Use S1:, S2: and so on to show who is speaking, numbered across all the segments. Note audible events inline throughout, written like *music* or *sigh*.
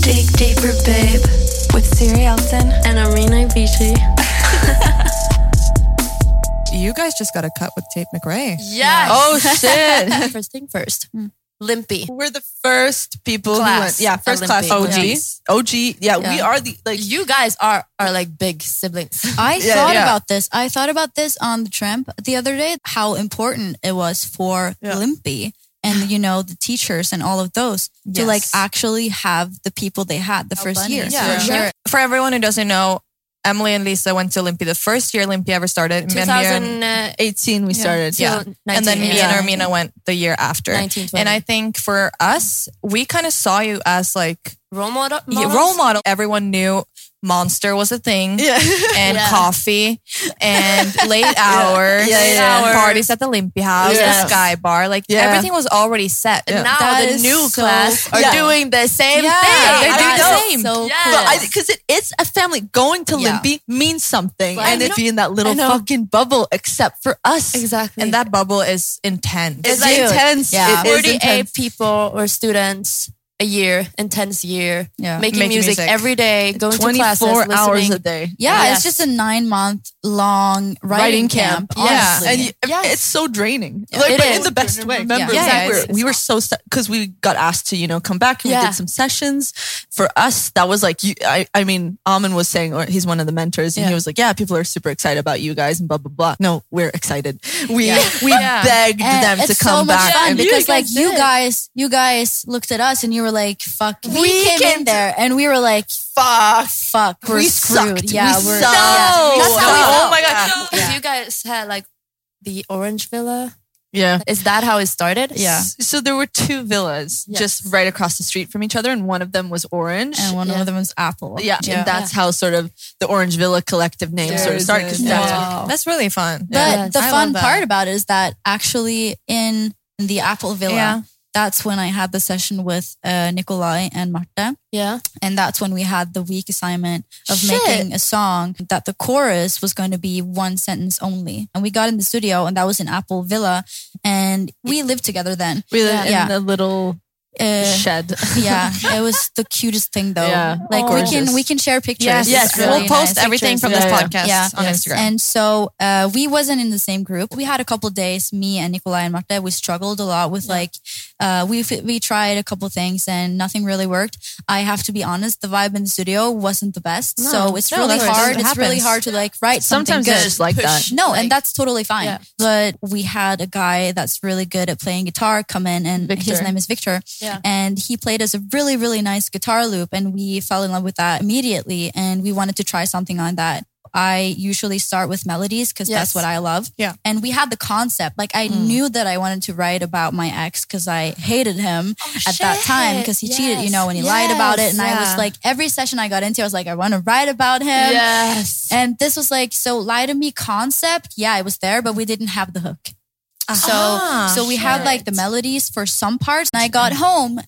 S1: Deeper Babe with Siri Elton.
S2: and Arena Beachy.
S3: You guys just got a cut with Tate McRae.
S2: Yes.
S4: *laughs*
S3: *laughs*
S4: Oh, shit.
S2: first thing first. Limpy.
S4: We're the first people
S2: Class.
S4: who went. Yeah, first
S2: Olympic.
S4: class OG.
S2: Yes.
S4: OG. Yeah, we
S2: Yeah.
S4: are the like
S2: You guys are are like big
S4: *laughs*
S2: siblings.
S5: I
S4: Yeah,
S5: thought
S4: yeah.
S5: about this. I thought about this on the tramp the other day, how important it was for
S4: Yeah.
S5: Limpy and, you know, the teachers and all of those to like
S3: Yes.
S5: actually have the people they had the first year.
S2: bunnies,
S3: Yeah.
S5: For sure.
S3: For everyone who doesn't know, Emily and Lisa went to Olympia the first year Olympia ever started. and me and-
S2: 2018.
S4: 18 we started.
S3: Yeah. and then me and Armina went the year after.
S2: 19, 20.
S3: And I think for us, we kind of saw you as like
S2: role model.
S3: yeah, role model. Everyone knew Monster was a thing.
S4: *laughs* Yeah.
S3: And
S2: Yeah.
S3: coffee
S4: *laughs*
S3: and late hours,
S4: Yeah,
S3: and
S4: yeah, yeah.
S3: parties at the Olympia House,
S4: Yeah.
S3: the Sky Bar, like
S4: Yeah.
S3: everything was already set.
S2: And now
S3: That
S2: the
S3: is
S2: new
S3: so-
S2: class are
S4: Yeah.
S2: doing the same
S3: Yeah.
S2: thing.
S3: They're
S2: That
S4: doing the
S2: is
S3: same.
S2: So
S5: Yeah.
S2: cool.
S4: But I because it is a family. Going to
S5: Yeah.
S4: Limpy means something,
S2: Right.
S4: and
S2: I
S4: it's be in that little
S2: I know.
S4: fucking bubble, except for us.
S2: exactly.
S3: And that bubble is intense.
S4: It's
S2: like-
S4: intense.
S5: Yeah.
S4: It is
S2: 48
S4: intense.
S2: people or students a year, intense year,
S5: Yeah.
S2: making,
S3: Making
S2: music,
S3: music.
S2: every day, going to classes,
S4: 24
S2: listening.
S4: hours a day.
S5: Yeah,
S2: Yes.
S5: it's just a nine month long writing,
S4: Writing
S5: camp.
S4: camp.
S3: Yeah.
S5: honestly.
S4: And you,
S2: Yes.
S4: it's so draining.
S2: Yeah.
S4: Like,
S2: It
S4: but
S2: is.
S4: in the best way. Remember,
S5: Yeah,
S4: like,
S3: yeah,
S4: we,
S3: it's-
S4: were, we were so because we got asked to, you know, come back and we
S2: Yeah.
S4: did some sessions. For us, that was like, you, I, I mean, Amin was saying, or he's one of the mentors, and
S2: Yeah.
S4: he was like, "Yeah, people are super excited about you guys and blah blah blah." No, we're excited. We
S3: Yeah.
S4: we
S3: Yeah.
S4: begged
S5: And
S4: them to
S5: it's
S4: come
S5: so much
S4: back.
S5: fun
S4: and-
S5: because
S2: You
S5: like
S2: guys
S5: you
S2: did.
S5: guys, you guys looked at us and you were like, "Fuck." We,
S4: We
S5: came
S4: can
S5: in there and we were like,
S4: fuck.
S5: "Fuck, we're
S4: we
S5: screwed."
S4: sucked.
S5: Yeah,
S4: we
S5: we're
S4: sucked.
S5: yeah.
S4: We
S2: That's how we
S4: sucked.
S2: felt.
S4: Oh my god.
S2: If You guys had like the Orange Villa.
S4: Yeah.
S2: Is that how it started?
S5: Yeah.
S4: S- So there were two villas
S2: Yes.
S4: just right across the street from each other, and one of them was orange.
S5: And one
S2: Yeah.
S5: of them was Apple.
S4: yeah, and that's how sort of the Orange Villa collective name sort of
S3: There's
S4: started. 'cause
S3: a-
S4: that's-
S5: Wow.
S3: That's really fun.
S5: But the
S3: I
S5: fun
S3: love that.
S5: part about it is that actually in the Apple Villa,
S3: Yeah.
S5: that's when I had the session with uh, Nikolai and Marta.
S2: Yeah.
S5: And that's when we had the week assignment of
S2: Shit.
S5: making a song that the chorus was going to be one sentence only. And we got in the studio, and that was in Apple Villa. And we lived together then.
S4: We live
S5: Yeah.
S4: in the little
S5: Uh,
S4: shed.
S5: yeah, it was the cutest thing though.
S4: Yeah.
S5: Like we
S4: Gorgeous.
S5: can we can share pictures.
S3: Yes,
S4: *laughs* Yes,
S5: It's
S4: really
S3: we'll
S5: nice.
S3: post everything from this
S4: Yeah, yeah.
S3: podcast
S5: Yeah.
S3: on
S4: Yes.
S3: Instagram.
S5: And so uh, we wasn't in the same group. We had a couple days, me and Nikolai and Marta, we struggled a lot with like, uh, we, we tried a couple things and nothing really worked. I have to be honest, the vibe in the studio wasn't the best.
S2: No,
S5: so it's
S3: no,
S5: really
S3: that's-
S5: hard.
S3: that
S5: It's really
S3: happens.
S5: hard to like write
S4: Sometimes
S5: something good.
S4: it's just like that.
S5: No, and that's totally fine.
S2: Yeah.
S5: But we had a guy that's really good at playing guitar come in, and his
S4: Victor.
S5: name is Victor.
S2: Yeah.
S5: And he played us a really, really nice guitar loop, and we fell in love with that immediately. And we wanted to try something on that. I usually start with melodies because that's
S2: Yes.
S5: what I love.
S3: Yeah.
S5: And we had the concept. Like I knew that I wanted to write about my ex because I hated him at that time because he cheated, you know, and he lied about it. And I was like, every session I got into, I was like, I want to write about him.
S2: yes.
S5: And this was like so lie to me concept. Yeah, it was there, but we didn't have the hook. So
S3: Ah,
S5: so we had like the melodies for some parts. And I got home uh,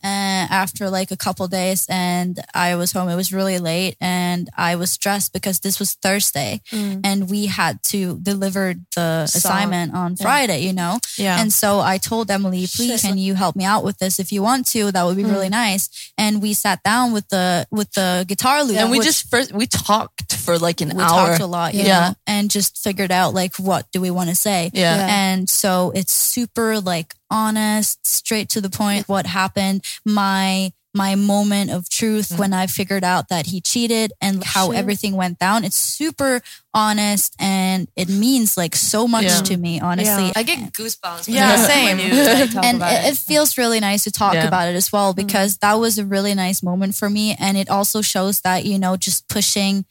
S5: after like a couple days, and I was home. It was really late, and I was stressed because this was Thursday, and we had to deliver the
S2: Song.
S5: assignment on Friday. You know,
S3: yeah.
S5: and so I told Emily,
S2: Shit.
S5: please, can you help me out with this? If you want to, that would be really nice. And we sat down with the with the guitar loop,
S4: and we
S5: which-
S4: just first we talked for like an
S5: we
S4: hour.
S5: talked a lot,
S4: Yeah.
S5: yeah, and just figured out like what do we want to say.
S4: yeah.
S2: Yeah.
S5: And so it's super like honest, straight to the point what happened, my my moment of truth
S4: Mm-hmm.
S5: when I figured out that he cheated and how
S2: Sure.
S5: everything went down. It's super honest and it means like so much
S4: Yeah.
S5: to me, honestly.
S2: I get goosebumps. when
S3: Yeah,
S2: you-
S3: same.
S2: when you, like, *laughs* talk
S5: and
S2: about
S5: it, it feels really nice to talk
S4: Yeah.
S5: about it as well because that was a really nice moment for me and it also shows that you know just pushing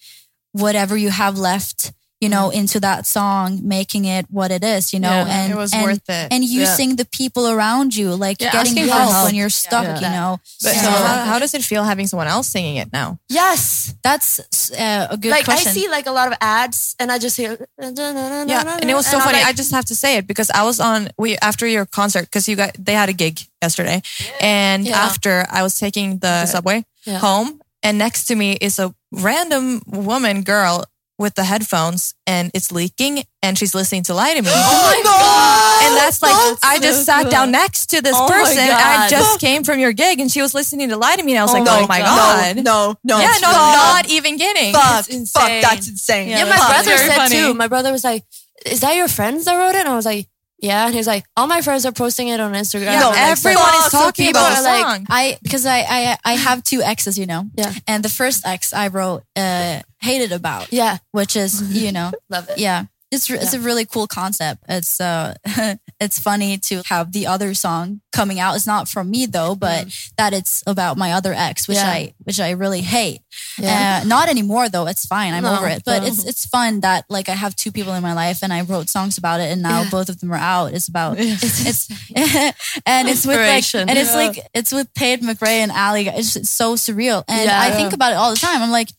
S5: whatever you have left you know into that song making it what it is you know
S4: Yeah,
S5: and
S3: it was
S5: and,
S3: worth it.
S5: and using the people around you like
S4: Yeah,
S5: getting
S4: asking
S5: help,
S4: for help.
S5: when you're stuck
S4: Yeah.
S5: you know
S3: But
S5: Yeah.
S3: so how, how does it feel having someone else singing it now?
S2: Yes.
S5: that's uh, a good
S2: like
S5: question
S2: I see like a lot of ads and I just hear
S3: Yeah, and it was so funny. I just have to say it because I was on we after your concert because you got they had a gig yesterday, and
S2: Yeah.
S3: after I was taking the, subway
S2: Yeah.
S3: home, and next to me is a random woman girl
S6: with the headphones and it's leaking and she's listening to Lie to Me. Oh
S4: my god!
S6: And that's like, I just sat down next to this
S2: Oh my
S6: person. I
S2: God.
S6: just came from your gig and she was listening to Lie to Me. And I was like, oh my God.
S4: No, no,
S6: Yeah, no,
S4: Fuck.
S6: not even kidding.
S4: Fuck,
S2: It's
S4: fuck,
S2: insane.
S4: that's insane.
S2: Yeah, my
S4: Fuck.
S2: brother
S6: Very
S2: said
S6: funny.
S2: too. My brother was like, "Is that your friends that wrote it?" And I was like, "Yeah." And he's like, "All my friends are posting it on Instagram."
S6: Yeah,
S2: And
S4: No,
S2: I'm like,
S6: everyone
S4: fuck
S6: is talking
S4: people.
S6: about the
S2: Like,
S6: song.
S5: I because I, I I have two exes, you know.
S2: Yeah.
S5: And the first ex I wrote uh hated about,
S2: Yeah,
S5: which is you know
S2: *laughs* love it.
S5: yeah. It's, re- it's a really cool concept. It's uh, *laughs* it's funny to have the other song coming out. It's not from me though, but that it's about my other ex, which
S2: Mm-hmm. Yeah.
S5: I which I really hate.
S2: Yeah.
S5: Uh, not anymore though. It's fine. I'm
S2: No,
S5: over it. But
S2: no.
S5: it's it's fun that like I have two people in my life and I wrote songs about it and now
S2: Yeah.
S5: both of them are out. It's
S2: *laughs*
S5: about it's, it's *laughs* and it's with like
S2: Inspiration.
S5: and it's like it's with Paige McRae and Ali. It's, it's so surreal. And
S2: Yeah.
S5: I think about it all the time. I'm like,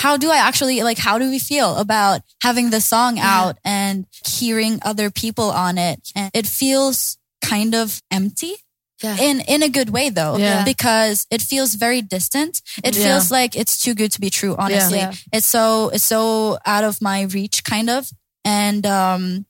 S5: how do I actually like how do we feel about having the song out and hearing other people on it? And it feels kind of empty
S2: Yeah.
S5: in in a good way though
S2: Yeah.
S5: because it feels very distant it
S4: Yeah.
S5: feels like it's too good to be true honestly
S2: Yeah.
S5: it's so it's so out of my reach kind of and um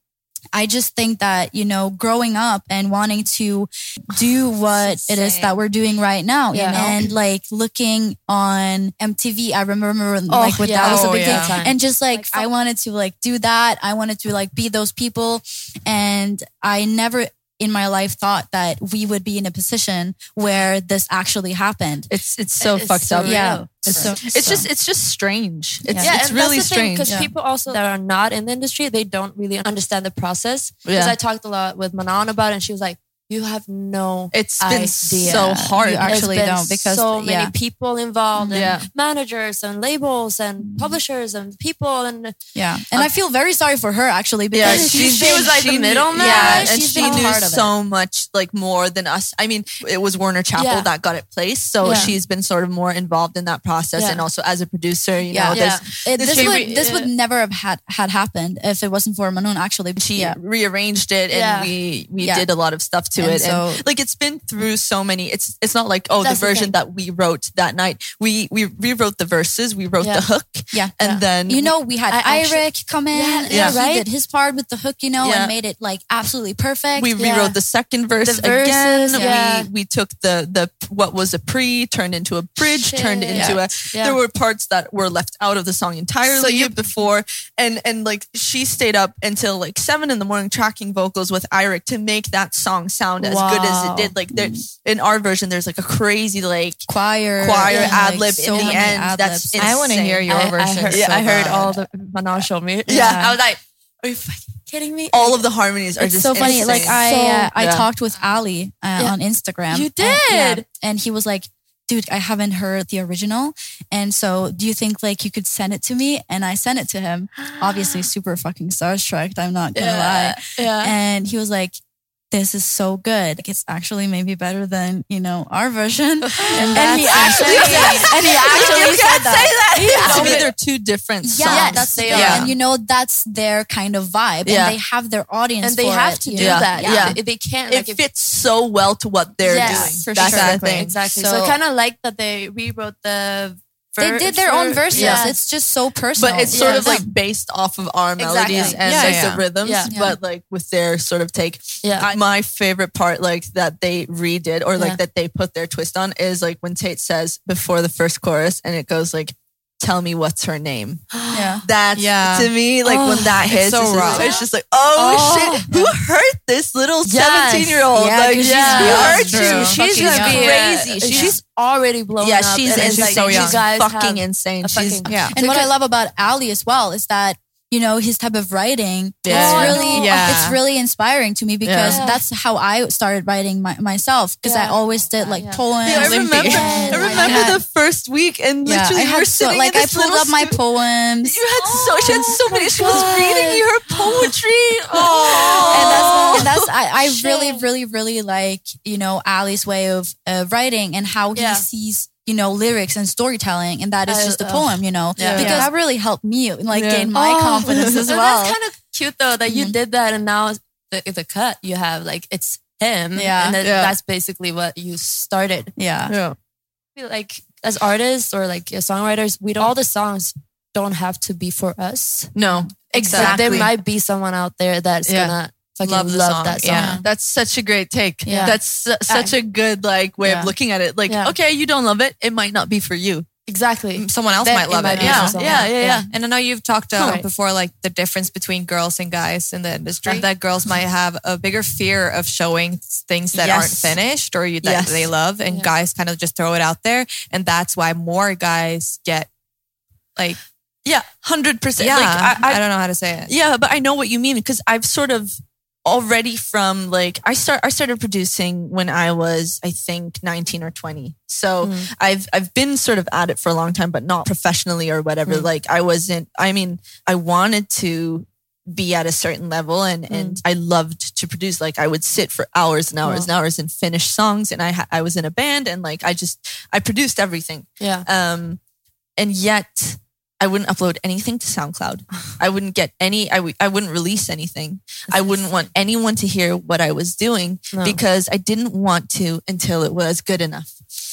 S5: I just think that, you know, growing up and wanting to
S2: *sighs*
S5: do what it is that we're doing right now, you
S2: Yeah.
S5: know, and like looking on MTV. I remember like when
S2: yeah.
S5: that was a
S2: Oh,
S5: big
S2: yeah.
S5: thing. And just like, I wanted to like do that. I wanted to like be those people. And I never in my life thought that we would be in a position where this actually happened.
S4: It's it's so
S2: It's
S4: fucked up.
S2: surreal.
S5: Yeah.
S4: It's,
S5: So-
S4: it's just it's just strange. It's
S5: Yeah,
S4: it's
S2: and that's
S4: really
S2: the thing,
S4: strange.
S2: because
S5: Yeah.
S2: people also that are not in the industry, they don't really understand the process. Because
S4: Yeah.
S2: I talked a lot with Manon about, it, and she was like, "You have no
S4: It's been
S2: idea.
S4: so hard.
S5: You actually
S2: it's been
S5: don't because
S2: so many
S5: yeah,
S2: people involved, and
S4: Yeah.
S2: managers and labels and publishers and people and
S5: yeah. And I feel very sorry for her actually
S4: Yeah,
S5: because
S2: Um, she-
S5: she's
S2: she
S5: been-
S2: was like the
S4: knew-
S2: middleman.
S4: Yeah,
S5: Yeah,
S4: and
S5: she's
S4: she
S5: been a
S4: knew
S5: part of it.
S4: so much like more than us. I mean, it was Warner Chapel
S2: Yeah.
S4: that got it placed, so
S2: Yeah.
S4: she's been sort of more involved in that process,
S2: Yeah.
S4: and also as a producer, you
S5: Yeah.
S4: know,
S2: yeah,
S4: there's
S5: It,
S4: This
S5: this
S4: she
S5: would
S4: re-
S5: this would never have had, had happened if it wasn't for Manon actually.
S4: she
S5: yeah.
S4: rearranged it, and
S2: Yeah.
S4: we we
S5: Yeah.
S4: did a lot of stuff to
S5: And
S4: it,
S5: so-
S4: and like it's been through so many. It's it's not like oh
S2: That's
S4: the
S2: the
S4: version
S2: thing.
S4: that we wrote that night. We we rewrote the verses, we wrote
S2: Yeah.
S4: the hook,
S5: Yeah.
S4: and then
S5: You know, we had
S2: I actually-
S5: Eirik come in.
S2: Yeah,
S5: and
S4: yeah.
S5: He
S2: Right?
S5: did his part with the hook, you know,
S4: Yeah.
S5: and made it like absolutely perfect.
S4: we
S2: Yeah.
S4: rewrote the second verse
S2: The verses,
S4: again.
S2: yeah.
S4: We we took the the what was a pre turned into a bridge, turned
S2: Shit.
S4: into a.
S2: Yeah.
S4: There were parts that were left out of the song entirely
S2: So you-
S4: before, and and like she stayed up until like seven in the morning tracking vocals with Eirik to make that song sound as good as
S2: Wow.
S4: it did. Like there, in our version, there's like a crazy like
S5: choir,
S4: choir
S5: and,
S4: ad
S5: like,
S4: lib
S5: so
S4: in the
S5: many
S4: end.
S5: ad
S4: That's
S5: libs.
S4: insane.
S6: I wanna hear your
S2: I, I
S6: version
S2: heard,
S6: so
S2: yeah, I heard
S6: bad.
S2: all the Manon showed me.
S4: Yeah.
S2: I was like, "Are you fucking kidding me?"
S4: all of the harmonies are
S5: It's
S4: just
S5: so funny. Like
S4: insane.
S5: I, uh, I
S4: Yeah.
S5: talked with Ali uh,
S2: Yeah.
S5: on Instagram.
S2: You
S5: And, yeah,
S2: did?
S5: and he was like, "Dude, I haven't heard the original, and so do you think like you could send it to me?" And I sent it to him.
S2: *gasps*
S5: Obviously, super fucking starstruck. I'm not gonna lie.
S2: yeah.
S5: and he was like this is so good like, it's actually maybe better than you know our
S2: *laughs*
S5: version and, he actually *laughs* and he actually said that,
S4: to me, they're two different
S5: yeah
S4: songs.
S5: that's
S2: they
S5: the thing.
S4: are.
S5: and you know that's their kind of vibe
S4: Yeah.
S5: and they have their audience
S2: and they
S5: for
S2: have
S5: it,
S2: to
S5: you
S2: do
S5: know?
S2: that.
S4: Yeah.
S2: They, they can't.
S4: it
S2: like, if-
S4: fits so well to what they're
S2: Yes,
S4: doing.
S5: for
S4: That's
S5: sure.
S4: the thing.
S2: exactly. So,
S5: So-
S2: I kind of like that they rewrote the.
S5: they
S2: ver-
S5: did their own
S2: ver-
S5: verses
S2: Yeah.
S5: it's just so personal
S4: But it's sort
S2: Yeah.
S4: of like based off of our
S2: Exactly.
S4: melodies and
S6: Yeah,
S4: like
S6: yeah.
S4: the rhythms,
S2: Yeah.
S4: but like with their sort of take.
S2: Yeah.
S4: I- my favorite part, like that they redid or like
S2: Yeah.
S4: that they put their twist on, is like when Tate says before the first chorus, and it goes like, "Tell me what's her name."
S5: yeah
S4: That's
S6: Yeah.
S4: to me like when that
S6: it's
S4: hits,
S6: so
S4: it's, just,
S6: raw.
S4: it's just like, oh, shit, who hurt this little
S2: Yes.
S4: seventeen year old?
S5: Yeah,
S4: Like,
S5: 'cause
S4: who
S5: she's
S2: young.
S4: hurt
S6: That's
S4: you?
S6: true.
S4: She's
S2: She's
S4: gonna
S2: gonna
S4: be
S2: be
S4: crazy.
S2: She's, already blown
S4: yeah,
S2: up.
S4: she's
S2: and it's
S4: she's
S2: like,
S4: so
S2: you
S4: young.
S2: guys have
S4: fucking insane.
S2: a
S4: She's
S2: fucking-
S6: Yeah.
S5: and what I love about Ali as well is that you know his type of writing
S4: Yeah.
S5: it's
S4: Oh, I
S5: really
S2: know.
S6: Yeah.
S5: it's really inspiring to me because
S2: Yeah.
S5: that's how I started writing my, myself because I
S2: Yeah.
S5: always did like
S2: Yeah.
S5: poems
S4: Yeah, I
S6: Olympic.
S4: remember.
S5: *laughs*
S4: I
S5: and I
S4: remember
S5: had-
S4: the first week, and
S5: yeah,
S4: literally
S5: I
S4: we were
S5: had so
S4: sitting
S5: like
S4: in
S5: I
S4: this
S5: pulled
S4: little
S5: up my
S4: stu-
S5: poems Oh
S4: You had so she had so many. She was reading her poetry.
S5: and that's,
S4: Oh,
S5: and that's I, I really really really like you know Ali's way of uh, writing and how he
S2: Yeah.
S5: sees you know lyrics and storytelling and that is
S2: I-
S5: just a
S2: ugh.
S5: poem you know
S4: Yeah.
S5: because
S2: Yeah.
S5: that really helped me like
S4: Yeah.
S5: gain my
S2: Oh.
S5: confidence as
S2: So *laughs*
S5: well
S2: That's kind of cute though that you did that, and now the, the cut you have like it's him.
S5: Yeah.
S2: and that,
S4: Yeah.
S2: that's basically what you started.
S5: yeah
S4: yeah.
S2: I feel Like as artists or like as songwriters, we don't, all the songs don't have to be for us.
S7: No,
S2: But
S7: exactly.
S2: there might be someone out there that's
S4: Yeah.
S2: gonna fucking
S7: Love
S2: love,
S7: the song,
S2: that song.
S7: yeah.
S4: That's such a great take.
S5: Yeah.
S4: That's su- such a good like way
S5: Yeah.
S4: of looking at it. Like,
S2: Yeah.
S4: okay, you don't love it. It might not be for you.
S2: Exactly.
S7: someone else
S2: Then
S7: might
S2: it
S7: love
S2: might
S7: it.
S2: be
S7: Yeah.
S2: for someone
S4: yeah,
S2: else.
S4: yeah, yeah.
S7: And I know you've talked uh,
S2: Right.
S7: before, like the difference between girls and guys in the industry. That girls might have a bigger fear of showing things that
S4: Yes.
S7: aren't finished or you, that
S4: Yes.
S7: they love, and
S2: Yeah.
S7: guys kind of just throw it out there, and that's why more guys get like
S4: Yeah, hundred percent.
S7: yeah.
S4: Like,
S7: I,
S4: I, I,
S7: don't know how to say it.
S4: yeah, but I know what you mean because I've sort of already from like I start I started producing when I was I think 19 or 20. So I've I've been sort of at it for a long time but not professionally or whatever.
S2: Mm.
S4: Like I wasn't I mean I wanted to be at a certain level and
S2: Mm.
S4: and I loved to produce like I would sit for hours and hours and hours and finish songs and I ha- I was in a band and like I just I produced everything.
S2: Yeah.
S4: Um, and yet I wouldn't upload anything
S2: *sighs*
S4: to SoundCloud. I wouldn't get any, I w- I wouldn't release anything. I wouldn't want anyone to hear what I was doing
S2: No.
S4: because I didn't want to until it was good enough.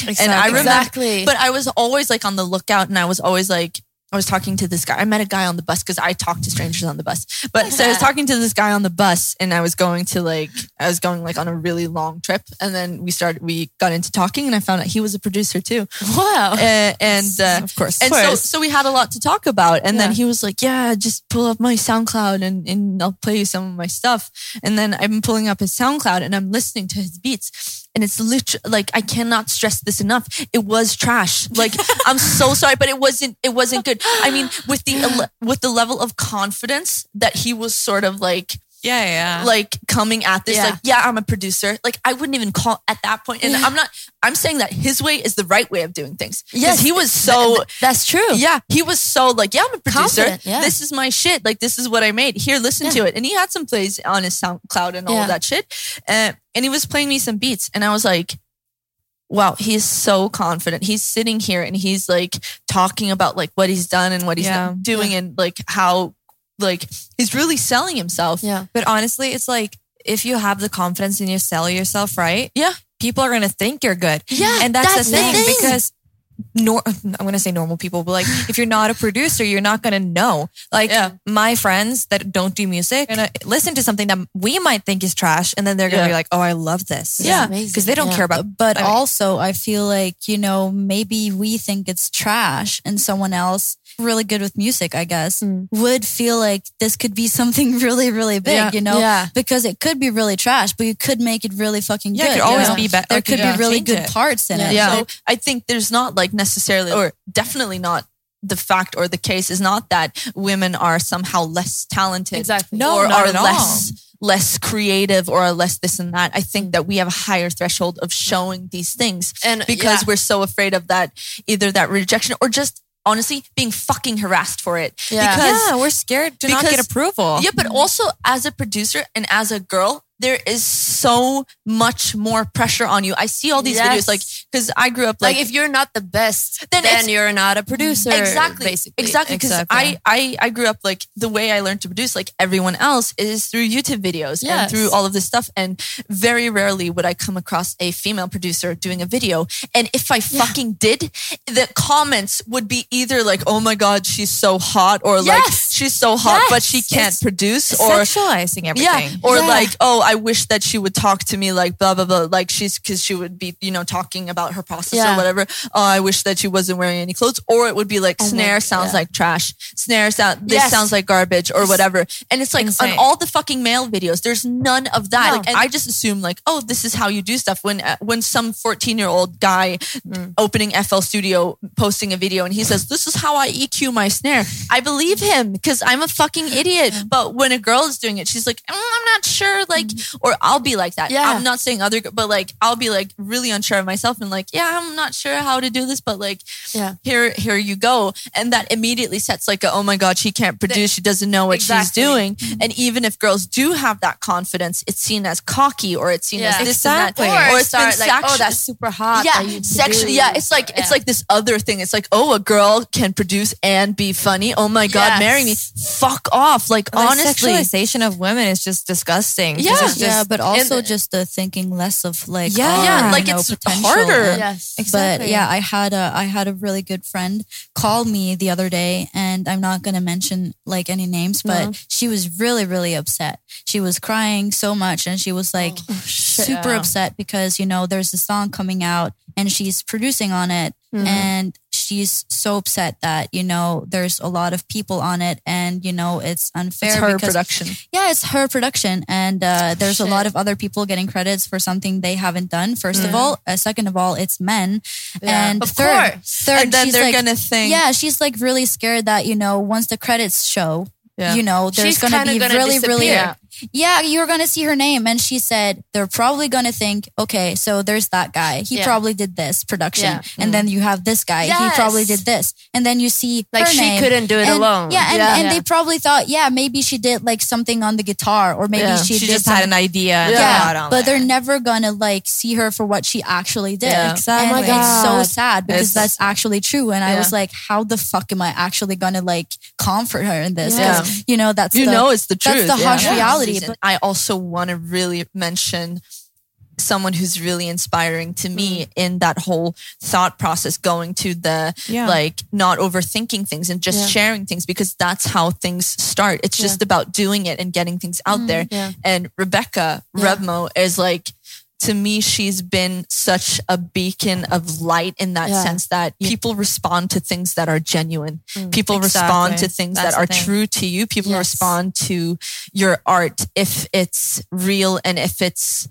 S4: And I remember,
S2: Exactly.
S4: but I was always like on the lookout and I was always like, I was talking to this guy. I met a guy on the bus because I talk to strangers on the bus. But so I was talking to this guy on the bus and I was going to like, I was going like on a really long trip. And then we started, we got into talking and I found out he was a producer too.
S2: wow.
S4: Uh, and uh,
S7: of course.
S4: and so, so we had a lot to talk about. And then
S2: Yeah.
S4: he was like, Yeah, just pull up my SoundCloud and, and I'll play you some of my stuff. And then I'm pulling up his SoundCloud and I'm listening to his beats. And it's literally like I cannot stress this enough. It was trash. Like I'm so sorry, but it wasn't. It wasn't good. I mean, with the ele- with the level of confidence that he was sort of like
S7: yeah, yeah.
S4: like coming at this
S2: Yeah.
S4: like yeah i'm a producer like i wouldn't even call at that point and i'm not i'm saying that his way is the right way of doing things yes he was so
S2: that's true.
S4: yeah he was so like yeah i'm a producer
S2: Confident, yeah.
S4: this is my shit like this is what i made here listen to it and he had some plays on his soundcloud and all
S2: Yeah.
S4: of that shit uh, and he was playing me some beats and i was like wow he is so confident he's sitting here and he's like talking about like what he's done and what he's
S7: Yeah.
S4: not doing and like how like he's really selling himself
S2: Yeah.
S7: But honestly, it's like if you have the confidence and you sell yourself right,
S4: Yeah.
S7: people are gonna think you're good.
S2: Yeah,
S7: and that's,
S2: that's
S7: the,
S2: the
S7: thing,
S2: thing.
S7: because. Nor- I'm gonna say normal people, but like if you're not a producer, you're not gonna know. Like
S4: Yeah.
S7: my friends that don't do music, gonna listen to something that we might think is trash, and then they're gonna
S4: Yeah.
S7: be like, "Oh, I love this."
S2: Yeah. Amazing.
S7: because they don't
S2: Yeah.
S7: care about.
S5: But
S7: I mean-
S5: also, I feel like, you know, maybe we think it's trash and someone else really good with music, I guess,
S7: Hmm.
S2: Mm.
S5: would feel like this could be *laughs* something really, really big,
S4: Yeah.
S5: you know?
S2: Yeah.
S5: Because it could be really trash, but you could make it really fucking
S7: Yeah, it
S5: good.
S7: could always
S5: you know?
S7: be better.
S5: There could be really good parts in it.
S2: Yeah.
S5: So-
S4: So I think there's not like necessarily, or definitely not the fact or the case is not that women are somehow less talented
S2: Exactly.
S7: No,
S4: or
S7: not
S4: are
S7: at all.
S4: less less creative or are less this and that. I think that we have a higher threshold of showing these things
S2: And
S4: because
S2: yeah.
S4: we're so afraid of that either that rejection or just honestly being fucking harassed for it.
S2: Yeah.
S4: Because
S7: Yeah, we're scared to not
S4: because-
S7: get approval.
S4: yeah, but also as a producer and as a girl, there is so much more pressure on you. I see all these
S2: Yes.
S4: videos like because I grew up
S2: like, if you're not the best,
S4: Then
S2: then,
S4: it's-
S2: you're not a producer.
S4: exactly
S2: Basically.
S4: exactly because
S7: Exactly.
S4: I, I i grew up like the way i learned to produce like everyone else is through youtube videos and
S2: Yes.
S4: through all of this stuff and very rarely would i come across a female producer doing a video and if i fucking did the comments would be either like oh my god she's so hot or like
S2: Yes.
S4: she's so hot but
S2: Yes.
S4: she can't
S2: It's
S4: produce or
S7: Sexualizing
S4: yeah,
S7: everything.
S4: or
S2: Yeah.
S4: like, oh, I wish that she would talk to me like blah blah blah. Like she's because she would be, you know, talking about her process or
S2: Yeah.
S4: whatever. Oh, I wish that she wasn't wearing any clothes. Or it would be like,
S2: Oh my
S4: snare
S2: God,
S4: sounds
S2: yeah.
S4: like trash. Snare sound. This
S2: Yes.
S4: sounds like garbage or whatever. And it's like
S7: insane.
S4: on all the fucking male videos, there's none of that.
S2: No.
S4: Like, and I just assume like, oh, this is how you do stuff. When uh, when some 14 year old guy
S2: Mm.
S4: opening FL Studio posting a video and he says, This is how I EQ my snare. I believe him because I'm a fucking idiot. But when a girl is doing it, she's like, "Mm, I'm not sure. Like, or I'll be like that.
S2: Mm-hmm. Yeah.
S4: I'm not saying other, gir- but like, I'll be like really unsure of myself and like, yeah, I'm not sure how to do this, but like,
S2: Yeah.
S4: here, here you go. And that immediately sets like, a, oh my God, she can't produce. She doesn't know what she's
S2: Exactly. Mm-hmm.
S4: doing. And even if girls do have that confidence, it's seen as cocky or it's seen
S2: Yeah.
S4: as this
S7: Exactly.
S4: and
S2: Or,
S4: that.
S2: it's been
S4: been
S2: like, oh,
S4: sexu-
S2: that's super hot. that
S4: yeah,
S2: you
S4: sexually.
S2: do.
S4: Yeah, it's like it's like this other thing. It's like, oh, a girl can produce and be funny. Oh my god,
S2: Yes.
S4: marry me. Fuck off. Like,
S7: Like,
S4: honestly,
S7: sexualization of women is just disgusting. 'cause
S1: is
S5: yeah,
S1: just
S5: but also just the thinking less of like
S1: Yeah.
S5: oh,
S1: Yeah,
S5: you
S4: like,
S5: know,
S4: it's
S5: potential
S4: harder.
S5: and-
S2: Yes.
S5: But yeah, I had a I had a really good friend call me the other day, and I'm not gonna mention like any names, but she was really really upset. She was crying so much, and she was like super upset because you know there's a song coming out, and she's producing on it, and she's so upset that you know there's a lot of people on it, and you know it's unfair
S4: It's her
S5: because
S4: production.
S5: yeah, it's her production, and uh, there's a lot of other people getting credits for something they haven't done. First of all, uh, second of all, it's men, and
S4: Of
S5: third, third,
S4: and then
S5: she's
S4: they're
S5: like,
S4: gonna think,
S5: yeah, she's like really scared that you know once the credits show,
S4: Yeah.
S5: you know there's
S2: She's
S5: gonna
S2: kinda
S5: be
S2: gonna
S5: really, really,
S2: disappear.
S5: yeah, you're gonna see her name, and she said they're probably gonna think, okay, so there's that guy, he
S2: Yeah.
S5: probably did this production,
S2: Yeah. Mm.
S5: and then you have this guy, he probably
S2: Yes.
S5: did this, and then you see
S2: like
S5: her
S2: she
S5: name,
S2: couldn't do it
S5: and-
S2: alone.
S5: Yeah, and, and
S2: Yeah.
S5: they probably thought, yeah, maybe she did like something on the guitar, or maybe
S4: Yeah.
S5: she,
S1: she
S5: did
S1: just had
S5: something-
S1: an idea. and
S5: Yeah,
S1: thought on
S5: but
S1: it.
S5: they're never gonna like see her for what she actually did.
S4: Yeah.
S5: And
S1: Exactly.
S5: it's so
S2: God.
S5: sad because
S1: It's-
S5: that's actually true. And I
S4: Yeah.
S5: was like, how the fuck am I actually gonna like comfort her in this? 'Cause,
S4: Yeah.
S5: you know, that's
S4: you
S5: the,
S4: know it's the
S5: that's
S4: truth.
S5: the harsh
S2: Yeah.
S5: reality.
S4: Susan.
S5: But
S4: I also want to really mention someone who's really inspiring to me in that whole thought process going to the
S1: Yeah.
S4: like not overthinking things and just
S2: Yeah.
S4: sharing things because that's how things start it's just about doing it and getting things out there
S2: yeah.
S4: and rebecca
S2: Mm-hmm. Yeah.
S4: revmo is like to me she's been such a beacon of light in that
S2: Yeah. Mm,
S4: sense that people respond to things that are genuine people respond
S1: Exactly.
S4: to things
S1: That's
S4: that are
S1: the thing.
S4: true to you people
S2: Yes.
S4: respond to your art if it's real and if it's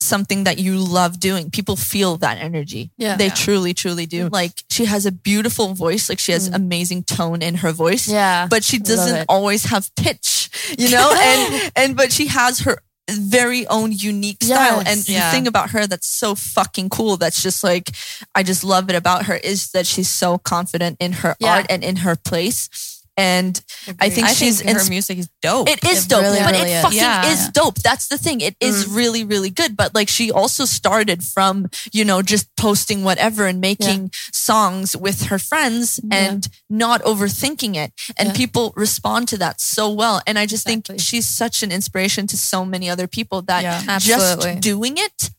S4: something that you love doing people feel that energy
S2: Yeah. Mm.
S4: they truly truly do like she has a beautiful voice like she has amazing tone in her voice
S2: Yeah.
S4: but she doesn't
S2: it.
S4: always have pitch you know and and but she has her very own unique style
S2: Yes.
S4: and
S1: Yeah.
S4: the thing about her that's so fucking cool that's just like i just love it about her is that she's so confident in her
S2: Yeah.
S4: art and in her place and i think
S1: I
S4: she's
S1: think
S4: inspiring.
S1: her music is dope.
S4: It is
S5: It
S4: dope,
S5: really,
S4: but
S5: really
S4: it
S5: is.
S4: fucking
S1: Yeah.
S4: is dope. That's the thing. It is really, really good. But like, she also started from you know just posting whatever and making songs with her friends and not overthinking it. And
S2: Yeah.
S4: people respond to that so well. And I just think
S2: Exactly.
S4: she's such an inspiration to so many other people that
S1: Yeah, absolutely.
S4: just doing it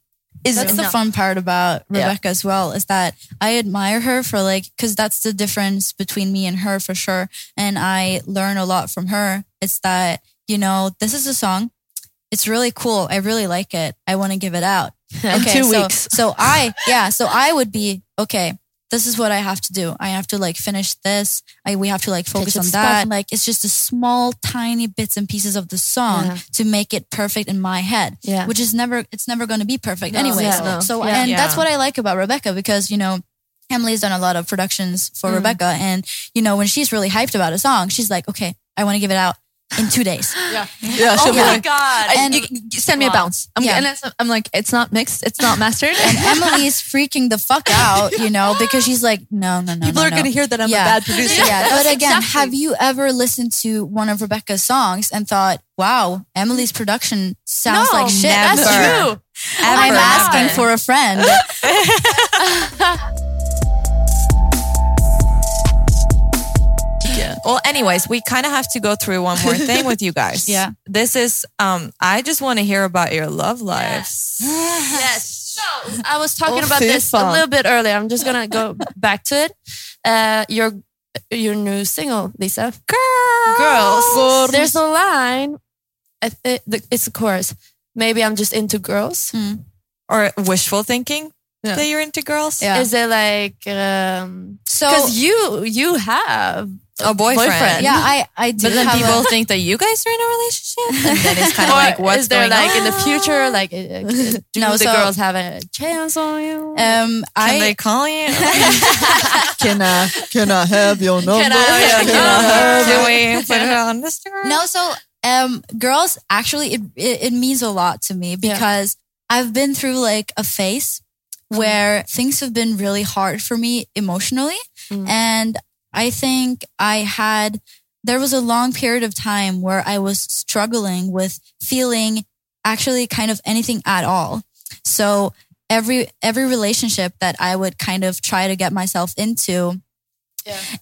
S4: is
S5: that's the
S4: enough.
S5: fun part about
S4: Yeah.
S5: Rebecca as well is that I admire her for like because that's the difference between me and her for sure. And I learn a lot from her. It's that you know this is a song. It's really cool. I really like it. I want to give
S4: *laughs*
S5: it out.
S4: two
S5: so,
S4: weeks.
S5: So I yeah. So I would be okay. This is what I have to do. I have to like finish this. I we have to like focus
S2: Catch up
S5: on
S2: stuff.
S5: that. Like it's just the small, tiny bits and pieces of the song
S2: Yeah.
S5: to make it perfect in my head
S2: Yeah.
S5: which is never it's never going to be perfect
S4: No,
S5: anyways.
S2: yeah, no.
S5: So
S2: Yeah.
S5: and
S1: Yeah.
S5: that's what I like about Rebecca because you know Emily's done a lot of productions for Rebecca and you know when she's really hyped about a song she's like okay I want to give it out in 2 days.
S4: Yeah, she'll
S5: Oh
S4: be
S5: my
S4: like,
S1: God.
S4: I-
S5: And-
S4: you- you send me a bounce. I'm,
S5: Yeah.
S4: and that's- I'm like, it's not mixed. It's not mastered.
S5: And Emily's freaking the fuck out, you know, because she's like no *laughs* no no
S4: people
S5: no,
S4: are
S5: no.
S4: going to hear that I'm
S5: Yeah.
S4: a bad producer.
S5: *laughs* yeah, but again,
S4: Exactly.
S5: have you ever listened to one of Rebecca's songs and thought, "Wow, Emily's production sounds like shit"?
S1: never.
S5: That's true. I'm
S1: Ever.
S5: asking
S4: *laughs*
S5: for a friend.
S1: Well, anyways, we kind of have to go through one more thing with you guys.
S5: Yeah.
S1: This is um I just want to hear about your love lives.
S2: Yes. So I was talking
S4: Oh,
S2: about this a
S4: FIFA.
S2: little bit earlier. I'm just gonna go back to it. Uh, your your new single, Lisa. Girls. Girls. There's a line. I thi- the- It's a chorus. Maybe I'm just into girls.
S1: Or wishful thinking
S4: Yeah.
S1: that you're into girls.
S5: Yeah.
S2: Is it like um?
S5: So
S2: Because you you have
S1: A boyfriend.
S2: Boyfriend.
S5: yeah, I I do
S1: But then
S4: *laughs*
S5: have a-
S1: people think that you guys are in a relationship. And then it's kind of
S2: Or
S1: like what's
S2: is there
S1: going
S2: like
S1: on?
S2: in the future
S5: *laughs*
S2: like uh, uh, do
S5: No,
S2: the
S5: so-
S2: girls have a chance on you?
S5: Um,
S1: Can
S5: I
S1: they
S5: *laughs*
S1: call you?
S4: can I can I have your number?
S2: have your
S4: Oh,
S1: Can we put it on the story?
S5: no. So, um, girls, actually, it it, it means a lot to me because I've been through like a phase where things have been really hard for me emotionally, and I think I had there was a long period of time where I was struggling with feeling actually kind of anything at all. So every every relationship that I would kind of try to get myself into,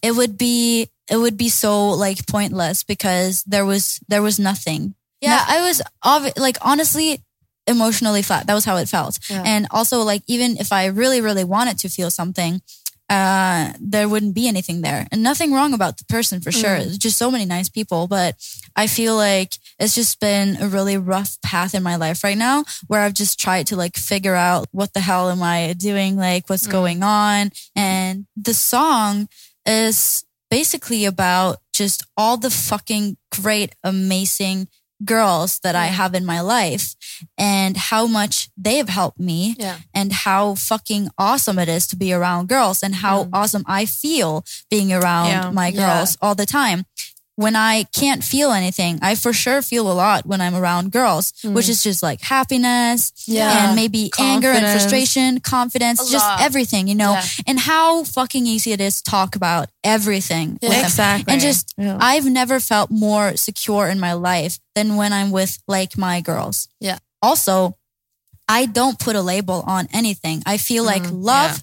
S5: it would be it would be so like pointless because there was there was nothing. Yeah, I was obvi- like honestly emotionally flat. That was how it felt.
S2: Yeah.
S5: And also like even if I really really wanted to feel something, uh there wouldn't be anything there. And nothing wrong about the person for sure. It's Just so many nice people, but I feel like it's just been a really rough path in my life right now where I've just tried to like figure out what the hell am I doing? Like what's going on? And the song is basically about just all the fucking great, amazing girls that I have in my life and how much they have helped me
S2: Yeah.
S5: and how fucking awesome it is to be around girls and how awesome I feel being around
S8: Yeah.
S5: my
S2: Yeah.
S5: girls all the time. When I can't feel anything, I for sure feel a lot when I'm around girls, which is just like happiness
S2: Hmm. Yeah.
S5: and maybe anger and
S8: Confidence.
S5: frustration, confidence, just
S2: lot.
S5: everything, you know,
S2: Yeah.
S5: and how fucking easy it is to talk about everything with them.
S7: Exactly.
S5: And just,
S2: Yeah.
S5: I've never felt more secure in my life than when I'm with like my girls.
S2: Yeah.
S5: Also, I don't put a label on anything. I feel like love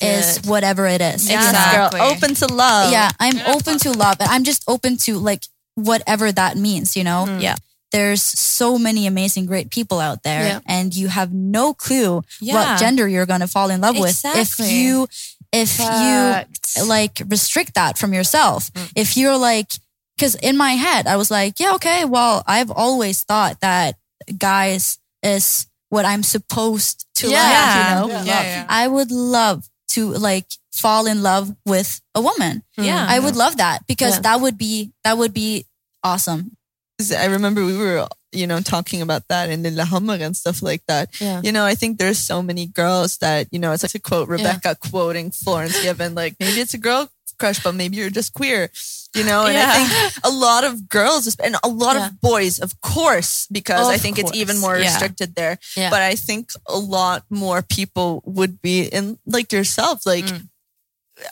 S5: is whatever it is.
S8: Yes,
S7: Exactly.
S8: girl. Open to love.
S5: Yeah. I'm open to love and I'm just open to like whatever that means, you
S4: Mm.
S1: Mm.
S5: know?
S7: Yeah.
S5: There's so many amazing, great people out there,
S2: Yeah.
S5: and you have no clue
S7: Yeah.
S5: what gender you're going to fall in love with if
S7: Exactly.
S5: you, if you like restrict that from yourself. If you're like, because in my head, I was like, yeah, okay, well, I've always thought that guys is what I'm supposed to
S2: Yeah.
S5: like, you know?
S7: Yeah.
S5: I would love to like fall in love with a woman.
S7: Yeah.
S5: I would love that because
S2: Yeah.
S5: that would be, that would be awesome.
S4: 'Cause I remember we were, you know, talking about that in Lilla Hammer and stuff like that.
S2: Yeah.
S4: You know, I think there's so many girls that, you know, it's like to quote Rebecca quoting Florence Given, like maybe it's a girl crush, but maybe you're just queer. You know, Oh, and I
S5: *laughs*
S4: think a lot of girls and a lot
S2: Yeah.
S4: of boys, of course, because I
S2: Of
S4: think it's even
S2: course.
S4: more
S7: Yeah.
S4: restricted there.
S2: Yeah.
S4: But I think a lot more people would be in like yourself, like
S2: Mm.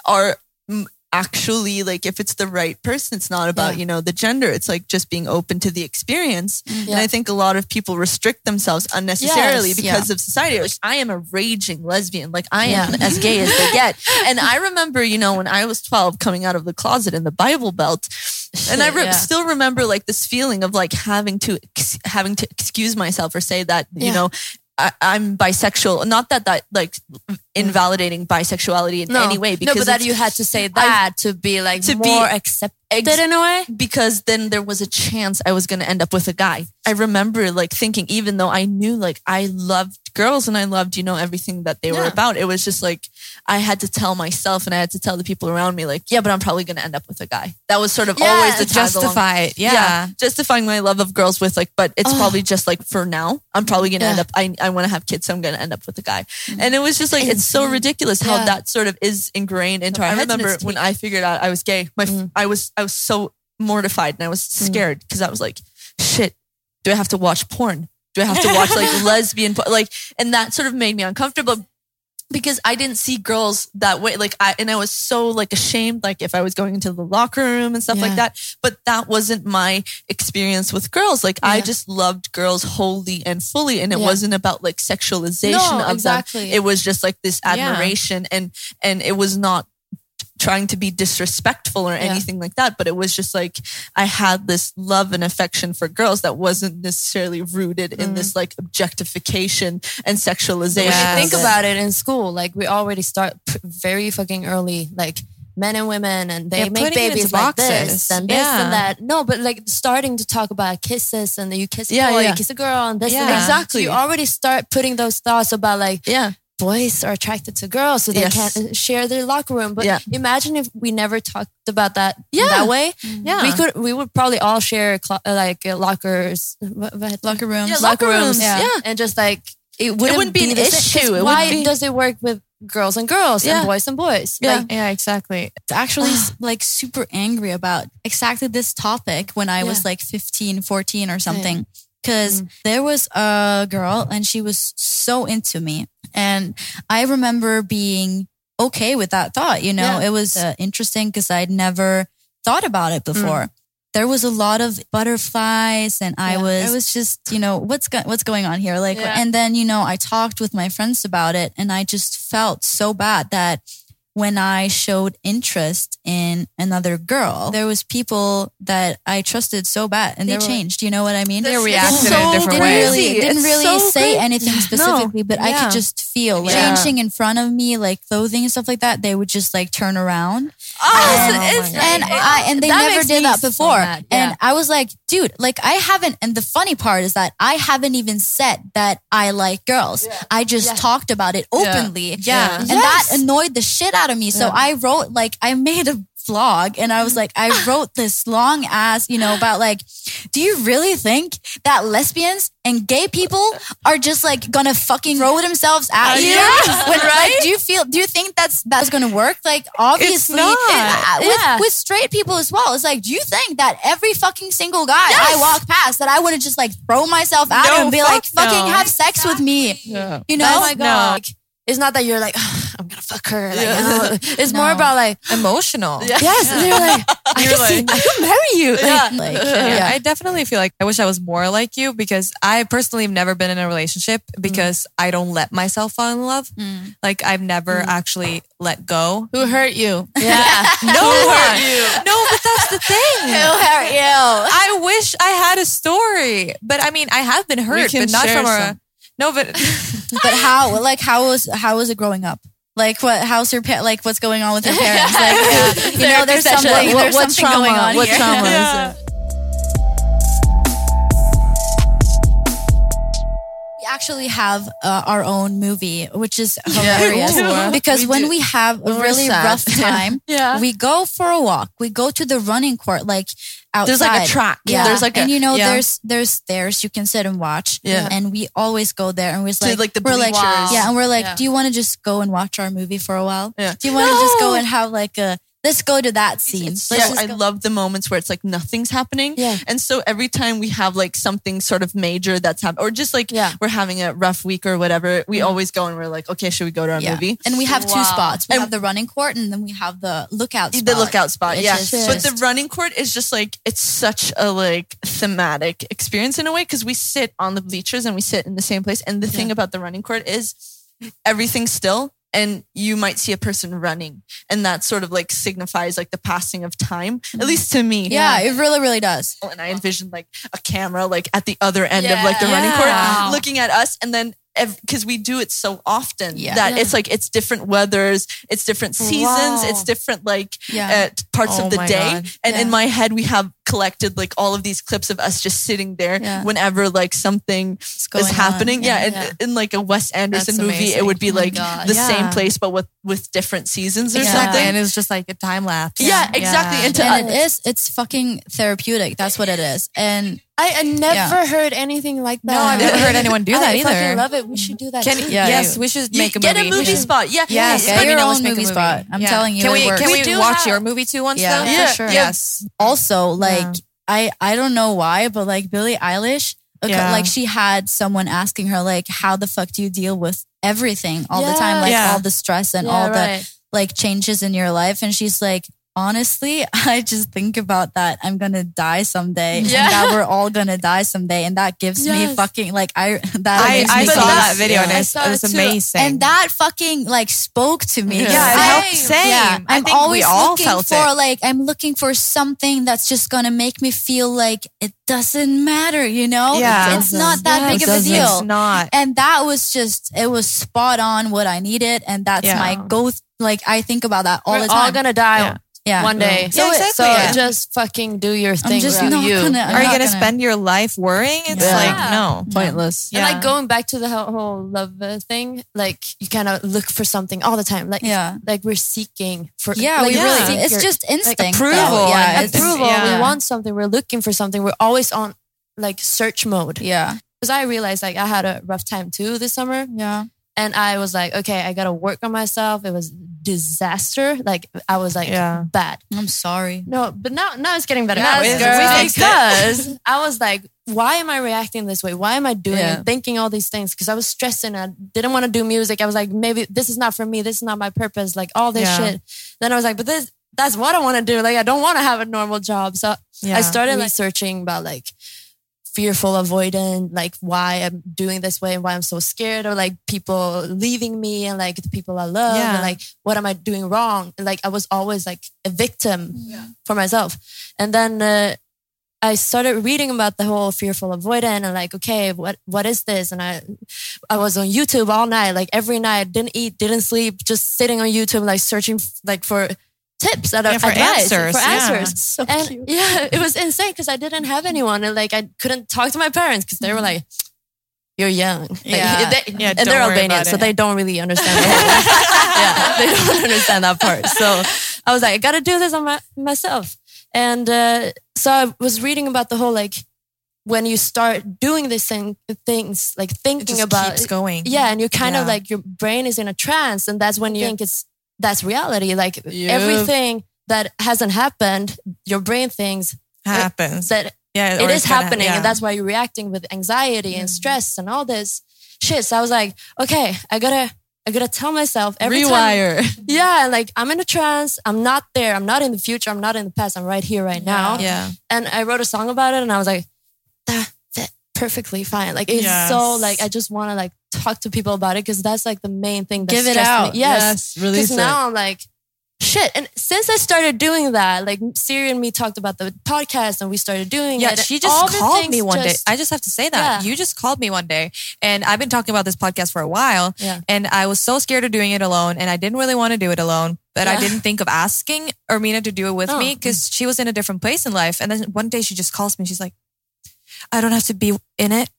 S4: are mm, actually like if it's the right person it's not about
S2: Yeah.
S4: you know the gender it's like just being open to the experience
S2: Yeah.
S4: and i think a lot of people restrict themselves unnecessarily
S2: Yes,
S4: because of society like, i am a raging lesbian like i am as gay as
S2: *laughs*
S4: they get and i remember you know when i was 12 coming out of the closet in the bible belt and I re-
S2: Yeah.
S4: still remember like this feeling of like having to ex- having to excuse myself or say that
S2: Yeah.
S4: you know I- I'm bisexual. Not that that like invalidating bisexuality in
S2: Mm. no.
S4: any way.
S2: no, but that
S4: it's-
S2: you had to say that to be like
S4: To be-
S2: more accepted
S4: Ex-
S2: in a way.
S4: because then there was a chance I was going to end up with a guy. I remember like thinking, even though I knew like I loved girls and I loved, you know, everything that they were about, it was just like I had to tell myself and I had to tell the people around me, like, yeah, but I'm probably going to end up with a guy. That was sort of always the
S7: to
S4: tag along.
S7: justify it. Yeah.
S4: Justifying my love of girls with like, but it's probably just like for now, I'm probably going to end
S2: Yeah.
S4: up, I, I want to have kids, so I'm going to end up with a guy. And it was just like, it's so ridiculous how
S2: Yeah.
S4: that sort of is ingrained into our
S2: I
S4: heads. I
S2: remember
S4: remember when I figured out I was gay, my, f- I was, I was so mortified and I was scared because I was like, shit, do I have to watch porn? Do I have to watch like lesbian porn? Like, and that sort of made me uncomfortable because I didn't see girls that way. Like I, and I was so like ashamed, like if I was going into the locker room and stuff like that, but that wasn't my experience with girls. Like I
S2: Yeah.
S4: just loved girls wholly and fully. And it
S2: Yeah.
S4: wasn't about like sexualization
S2: No,
S4: of
S2: exactly.
S4: them. It was just like this
S7: Yeah.
S4: admiration and, and it was not trying to be disrespectful or
S2: Yeah.
S4: anything like that. But it was just like I had this love and affection for girls that wasn't necessarily rooted in this like objectification and sexualization.
S2: Mm. When
S7: Yeah.
S2: you think
S4: of it.
S2: about it in school, like we already start p- very fucking early, like men and women, and they
S7: Yeah,
S2: make
S7: putting it into
S2: babies like this
S7: boxes.
S2: and this
S7: Yeah.
S2: and that. No, but like starting to talk about kisses and you kiss a
S4: Yeah,
S2: boy,
S4: yeah.
S2: you kiss a girl, and this and
S7: Yeah.
S2: that.
S4: Exactly.
S2: You already start putting those thoughts about like
S4: yeah.
S2: boys are attracted to girls, so they
S4: Yes.
S2: can't uh, share their locker room. But
S4: Yeah.
S2: imagine if we never talked about that in that way.
S4: Yeah.
S2: We could, we would probably all share clo- uh, like uh, lockers, what, what-
S5: Locker rooms.
S4: Yeah,
S2: locker rooms,
S5: Yeah.
S2: and just like it wouldn't,
S4: wouldn't be an
S2: the same. 'Cause
S4: issue. It
S2: why
S4: wouldn't be-
S2: does it work with girls and girls
S4: Yeah.
S2: and boys and boys?
S4: Yeah.
S2: Like,
S7: Yeah, exactly.
S5: it's actually
S2: *sighs*
S5: like super angry about exactly this topic when I was
S2: Yeah. Mm.
S5: like 15, 14 or something. Cause there was a girl and she was so into me. And I remember being okay with that thought. You know,
S2: Yeah.
S5: it was uh, interesting because I'd never thought about
S2: Mm.
S5: it before. There was a lot of butterflies, and I
S2: Yeah.
S5: was, I was just, you know, what's go- what's going on here? Like,
S2: Yeah.
S5: and then you know, I talked with my friends about it, and I just felt so bad that when I showed interest in another girl. There was people that I trusted so bad and they, changed. You know what I mean?
S9: They reacted
S5: so
S9: in a different
S5: didn't
S9: way.
S5: Really,
S4: Crazy.
S5: didn't
S4: It's
S5: really
S4: so
S5: say
S4: crazy.
S5: anything specifically, but I could just feel like,
S9: Yeah.
S5: changing in front of me, like clothing and stuff like that. They would just like turn around.
S4: Oh,
S5: And-
S4: it's, it's
S5: and I and they
S2: that
S5: never
S2: makes
S5: did
S2: me
S5: that
S2: so
S5: before.
S2: mad, yeah.
S5: And I was like, dude, like I haven't. And the funny part is that I haven't even said that I like girls. I just talked about it openly.
S9: Yeah.
S5: And that annoyed the shit out of me. So I wrote like I made a vlog and I was like,
S2: *laughs*
S5: I wrote this long ass, you know, about like, do you really think that lesbians and gay people are just like gonna fucking throw themselves
S2: Uh,
S5: at you? When, like, do you feel do you think that's that's gonna work? Like obviously
S9: not.
S5: uh, with,
S2: Yeah.
S5: with straight people as well. It's like, do you think that every fucking single guy I walk past that I wanna just like throw myself at
S9: No,
S5: him and be
S9: fuck
S5: like fucking
S9: no.
S5: have sex with me?
S9: Yeah.
S5: You know?
S2: oh my god. Like, it's not that you're like, "Ugh, I'm gonna fuck her. Like, no. It's more
S5: No.
S2: about like,
S9: Emotional. Yeah.
S2: yes, they're like, I
S9: You're
S2: could, see, I could marry you. Like,
S5: Like,
S9: Yeah,
S5: *laughs* yeah.
S9: I definitely feel like I wish I was more like you because I personally have never been in a relationship
S2: Mm.
S9: because I don't let myself fall in love.
S5: Mm.
S9: Like I've never actually let go.
S4: who hurt
S5: *laughs*
S4: you?
S9: *laughs* No,
S2: *laughs*
S9: no, but that's the thing. I wish I had a story, but I mean, I have been hurt,
S4: can
S9: but not
S4: share
S9: from a.
S4: some.
S9: No, but
S5: But how? Like how was how was it growing up? Like what? How's your pa- like what's going on with your *laughs* parents? Like uh, you know, there's
S4: Therapy session.
S5: something
S4: What-
S5: there's
S4: what
S5: something
S4: trauma?
S5: going on
S4: What
S5: here.
S4: trauma?
S9: Yeah.
S5: We actually have uh, our own movie, which is hilarious because when we have a
S4: we're
S5: really
S4: sad.
S5: rough time,
S4: Uh,
S2: Yeah.
S5: we go for a walk. We go to the running court, like outside.
S4: There's like a track.
S5: Yeah,
S4: There's like
S5: and
S4: a,
S5: you know,
S4: yeah.
S5: there's there's stairs you can sit and watch.
S4: Yeah.
S5: and we always go there, and we're just
S4: To,
S5: like,
S4: like, the
S5: we're like,
S4: bleachers.
S5: yeah, and we're like,
S2: Yeah.
S5: do you want to just go and watch our movie for a while?
S4: Yeah.
S5: Do you want to just go
S4: No.
S5: and have like a let's go to that scene?
S4: It's
S5: Let's
S4: so-
S5: just
S4: I
S5: go-
S4: love the moments where it's like nothing's happening.
S2: Yeah.
S4: And so every time we have like something sort of major that's happening, or just like
S2: Yeah.
S4: we're having a rough week or whatever, we always go and we're like, okay, should we go to our
S5: Yeah.
S4: movie?
S5: And we have two spots. We
S4: And-
S5: have the running court, and then we have the lookout. Spot.
S4: The lookout spot,
S5: Which
S4: yeah.
S5: is
S4: But
S5: just-
S4: the running court is just like it's such a like thematic experience in a way because we sit on the bleachers and we sit in the same place. And the thing about the running court is everything's still, and you might see a person running, and that sort of like signifies like the passing of time. At least to me,
S5: Mm-hmm. Yeah, it really, really does.
S4: and I envisioned like a camera like at the other end of like the
S5: Yeah.
S4: running
S5: Yeah.
S4: court *laughs* looking at us and then because we do it so often
S5: Yeah.
S4: that
S2: Yeah.
S4: it's like it's different weathers it's different seasons
S2: Wow.
S4: it's different like
S5: Yeah.
S4: uh, parts
S9: Oh
S4: of the
S9: my
S4: day
S9: God.
S4: and
S5: Yeah.
S4: in my head we have collected like all of these clips of us just sitting there
S5: Yeah.
S4: whenever like something
S5: going
S4: is happening
S5: on.
S4: yeah,
S5: Yeah.
S4: and
S2: Yeah.
S4: in like a Wes Anderson
S9: That's
S4: movie it
S9: amazing.
S4: would be
S5: Oh my
S4: like
S5: God.
S4: the
S9: Yeah.
S4: same place but with with different seasons or
S5: Yeah.
S4: something
S9: and it's just like a time lapse.
S4: yeah, exactly and to
S5: And
S4: us-
S5: it is. It's fucking therapeutic. That's what it is. And
S2: I, I never heard anything like that.
S9: No, I've never heard anyone do that
S2: I
S9: either.
S2: fucking love it. We should do that.
S9: Can
S2: too.
S5: Yeah,
S9: yes,
S5: you-
S9: we should
S4: You
S9: make a
S4: get
S9: movie.
S4: a movie spot yeah
S9: Yes,
S5: Yeah,
S9: Spend
S5: your
S9: an hour
S5: own
S9: to make a
S5: movie spot. I'm telling you,
S9: Can
S5: it
S9: we? Can
S5: works.
S9: we,
S2: We do
S9: watch
S2: have-
S9: your movie too once
S5: Yeah.
S9: though?
S5: Yeah,
S4: Yeah.
S5: sure.
S9: Yes.
S5: also like
S9: Yeah.
S5: I I don't know why, but like Billie Eilish, okay,
S9: Yeah.
S5: like she had someone asking her like, how the fuck do you deal with everything all the time, like
S9: Yeah.
S5: all the stress and
S2: Yeah,
S5: all the
S2: right.
S5: like changes in your life, and she's like. Honestly, *laughs* I just think about that. I'm gonna die someday, and
S2: Yeah.
S5: that we're all gonna die someday, and that gives me
S2: Yes.
S5: fucking like I that
S9: I,
S5: makes
S9: I
S5: me
S9: saw
S5: feel-
S9: that video and
S2: I
S9: it's,
S2: saw
S9: it was
S2: it too.
S9: amazing.
S5: and that fucking like spoke to me.
S9: yeah,
S5: I-
S9: it helped. Same.
S5: yeah,
S9: I
S5: I'm
S9: think
S5: always
S9: we all
S5: looking
S9: felt
S5: for
S9: it.
S5: like I'm looking for something that's just gonna make me feel like it doesn't matter, you know?
S9: Yeah.
S5: it's not that big of a
S9: Doesn't- It's
S5: deal.
S9: not.
S5: And that was just it was spot on what I needed, and that's
S9: Yeah.
S5: my go. Like I think about that all
S2: We're
S5: the time.
S2: all gonna die
S9: Yeah.
S5: yeah,
S2: one day.
S9: Yeah,
S2: so
S9: exactly,
S2: so
S9: yeah.
S2: just fucking do your thing.
S5: I'm just
S2: do
S5: not
S2: you.
S5: gonna. I'm
S9: Are you
S5: not
S9: gonna, spend your life worrying? It's
S5: Yeah.
S9: like no.
S4: pointless
S2: And like going back to the whole- whole love uh, thing, like you kind of look for something all the time. Like
S5: Yeah,
S2: like we're seeking for
S5: yeah,
S2: like
S5: we
S2: we're
S5: really.
S2: seeking
S5: It's just instinct, though.
S9: approval
S5: Yeah,
S9: and
S5: it's-
S2: approval.
S9: yeah.
S2: We want something. We're looking for something. We're always on like search mode.
S5: Yeah,
S2: Because I realized like I had a rough time too this summer,
S5: yeah,
S2: and I was like, okay, I gotta work on myself. It was disaster. Like I was like
S9: Yeah.
S2: bad.
S5: I'm sorry.
S2: No, but now now it's getting better.
S9: Now
S2: Yes,
S9: it is. We fixed it.
S2: *laughs* because I was like, why am I reacting this way? Why am I doing
S5: Yeah.
S2: and thinking all these things? Because I was stressing. I didn't want to do music. I was like, maybe this is not for me. This is not my purpose. Like all this
S9: Yeah.
S2: shit. Then I was like, but this that's what I want to do. Like I don't want to have a normal job. So
S9: Yeah.
S2: I started researching about like fearful, avoidant, like why I'm doing this way and why I'm so scared, or like people leaving me and like the people I love,
S7: Yeah.
S2: and like what am I doing wrong? And, like I was always like a victim for myself. And then uh, I started reading about the whole fearful avoidant and like, okay, what what is this? And I I was on YouTube all night, like every night, didn't eat, didn't sleep, just sitting on YouTube, like searching f- like for tips and
S7: Yeah, for
S2: advice,
S7: answers,
S2: for
S7: yeah.
S2: answers
S8: So
S2: *laughs* and yeah, it was insane because I didn't have anyone, and like I couldn't talk to my parents because they were like, "You're young," Like,
S4: *laughs*
S5: Yeah.
S2: they-
S7: Yeah,
S2: and
S7: don't
S2: they're
S7: worry
S2: Albanian,
S7: about
S2: so
S7: it.
S2: they don't really understand. The whole
S4: *laughs*
S7: *laughs*
S2: yeah, they don't understand that part. So I was like, I got to do this on my, myself, and uh, so I was reading about the whole like when you start doing these thing, things, like
S7: It
S2: thinking
S7: just
S2: about
S7: keeps going.
S2: yeah, and you're kind of
S7: Yeah.
S2: like your brain is in a trance, and that's when you think it's that's reality. Like everything that hasn't happened, your brain thinks
S7: happens.
S2: that
S7: Yeah,
S2: it
S7: or
S2: is
S7: it's gonna-
S2: happening,
S7: yeah. Mm.
S2: and that's why you're reacting with anxiety and stress and all this shit. So I was like, okay, I gotta, I gotta tell myself every time
S4: *laughs*
S2: yeah, like I'm in a trance. I'm not there. I'm not in the future. I'm not in the past. I'm right here, right now.
S7: Yeah.
S2: And I wrote a song about it, and I was like, that fit perfectly fine. Like it's
S7: Yes.
S2: so like I just want to like talk to people about it because that's like the main thing. That
S5: Give it
S2: stressed
S5: out.
S2: Me. Yes.
S10: release
S2: Because
S10: it.
S2: now I'm like. Shit. And since I started doing that, like Siri and me talked about the podcast and we started doing
S7: Yeah,
S2: it.
S7: she
S2: and
S7: just
S2: all the
S7: called
S2: things
S7: me one
S2: just-
S7: day. I just have to say that.
S2: Yeah.
S7: You just called me one day. And I've been talking about this podcast for a while.
S2: Yeah.
S7: And I was so scared of doing it alone. And I didn't really want to do it alone. But I
S2: Yeah.
S7: didn't think of asking Ermina to do it with
S2: Oh.
S7: me because she was in a different place in life. And then one day she just calls me. She's like, I don't have to be in it.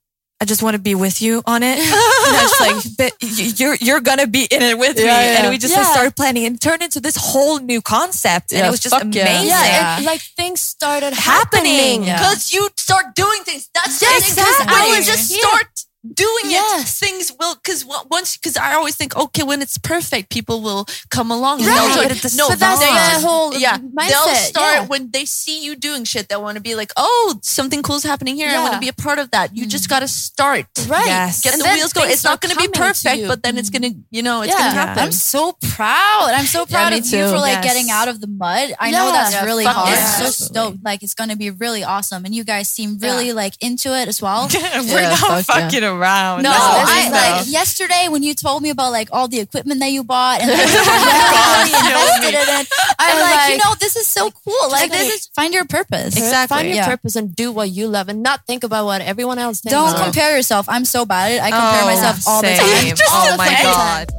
S7: I just want to be with you on
S2: *laughs*
S7: it. and I was like, but y- you're you're gonna be in it with me.
S10: yeah.
S7: And we just like,
S2: Yeah.
S7: started planning and it turned into this whole new concept. And
S10: Yeah,
S7: it was just
S10: fuck yeah.
S7: amazing.
S2: yeah,
S5: Yeah.
S2: And, like things started
S7: Happening.
S2: happening.
S5: Yeah.
S4: Because you start doing things. That's the
S7: Yes,
S4: thing, 'cause When you
S7: exactly.
S4: just start doing
S2: *laughs* Yes.
S4: it, things will. Because once, because I always think, okay, when it's perfect, people will come along. and
S2: Right.
S4: they'll
S2: But
S4: join.
S2: it just-
S4: no,
S2: but that's
S4: they
S2: the
S4: just-
S2: whole
S4: yeah. they'll
S2: mindset,
S4: start
S2: yeah.
S4: when they see you doing shit. They want to be like, oh, something cool's happening here. I want
S2: Yeah. Mm.
S4: to be a part of that. You just got to start.
S2: Right.
S7: Yes.
S4: Get
S2: And
S4: the
S2: then
S4: wheels going.
S2: things
S4: It's not
S2: start
S4: going to be
S2: coming to
S4: perfect,
S2: you. Mm.
S4: but then it's going to, you know, it's
S2: Yeah.
S4: going to
S2: Yeah.
S4: happen.
S5: I'm so proud. I'm so proud
S4: me
S5: of you
S4: too.
S5: for like
S7: Yes.
S5: getting out of the mud. I know
S2: Yeah.
S5: that's
S2: Yeah,
S5: really
S4: fuck
S5: hard.
S4: yeah.
S5: I'm so stoked. Like it's gonna be really awesome, and you guys seem really like into it as well.
S7: *laughs* We're
S10: Yeah,
S7: not
S10: fuck yeah.
S7: fucking around.
S5: No,
S2: No,
S5: I,
S2: no.
S5: like yesterday when you told me about like all the equipment that you bought
S7: *laughs*
S5: and like, how you invested in it, I'm
S2: And,
S5: like, you
S2: like,
S5: know, this is so cool. Like
S2: like-
S5: this is find your purpose.
S7: Exactly.
S2: Find your
S5: Yeah.
S2: purpose and do what you love and not think about what everyone else thinks.
S5: Don't
S2: Or-
S5: compare yourself. I'm so bad at it. I compare
S7: Oh,
S5: myself all the
S7: same.
S5: time. *laughs*
S7: oh
S2: the
S7: my
S2: same.
S7: god.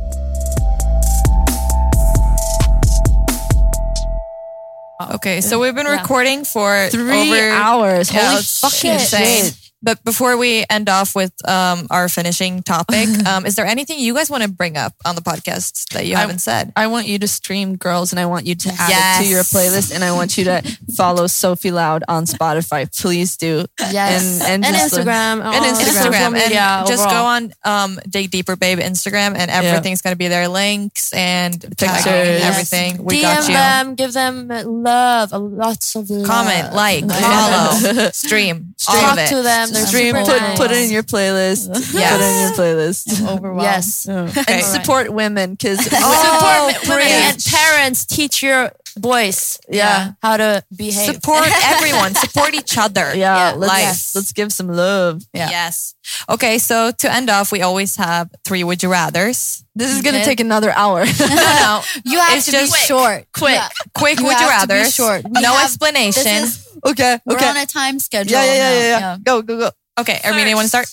S7: Okay, so we've been
S2: Yeah.
S7: recording for over,
S2: hours.
S7: Yeah, it's fucking insane. But before we end off with um, our finishing topic, um, is there anything you guys want to bring up on the podcast that you
S4: I-
S7: haven't said?
S4: I want you to stream girls and I want you to add it
S7: Yes.
S4: to your playlist and I want you to
S5: *laughs*
S4: follow Sophie Loud on Spotify. Please do.
S2: Yes.
S4: And- Oh, and just the-
S2: Instagram.
S4: and
S2: all
S4: Instagram.
S2: social
S7: and
S2: media
S7: just
S2: overall.
S7: go on um, Dig Deeper Babe Instagram, and everything's gonna be there. Links and tags and
S4: Pictures.
S7: everything. We
S2: DM
S7: got you.
S2: them, give them love, a lots of love. *laughs*
S7: Comment, like, follow, stream, all
S2: talk
S7: of it.
S2: to them. They're
S4: Stream,
S2: super
S4: put,
S2: nice.
S4: put it in your playlist.
S7: Yes.
S4: Put it in your
S5: *laughs*
S4: playlist.
S5: Overwhelmed.
S2: Yes.
S7: Okay.
S4: And support women
S5: *laughs*
S4: because
S2: Oh,
S4: support
S2: pretty.
S4: women.
S2: And parents, teach your boys
S4: Yeah.
S2: how to behave. *laughs*
S7: support everyone. Support each other.
S4: Yeah, let's,
S7: life.
S4: let's give some love.
S7: Yes. Okay. So to end off, we always have three would you rather's.
S4: This is going to
S5: Okay.
S4: take another hour.
S7: *laughs* No, no.
S2: *laughs*
S5: You have
S7: It's
S5: to
S7: just
S5: be short.
S7: quick,
S5: Yeah.
S7: quick.
S5: You
S7: would you
S5: have to be
S7: rather?
S5: short. We
S7: No
S5: have-
S7: explanation.
S5: This is,
S4: okay.
S5: we're
S4: Okay.
S5: on a time schedule.
S4: Yeah, yeah, yeah,
S5: now.
S4: yeah, yeah. Go, go, go.
S7: okay, Armenia, you want to start?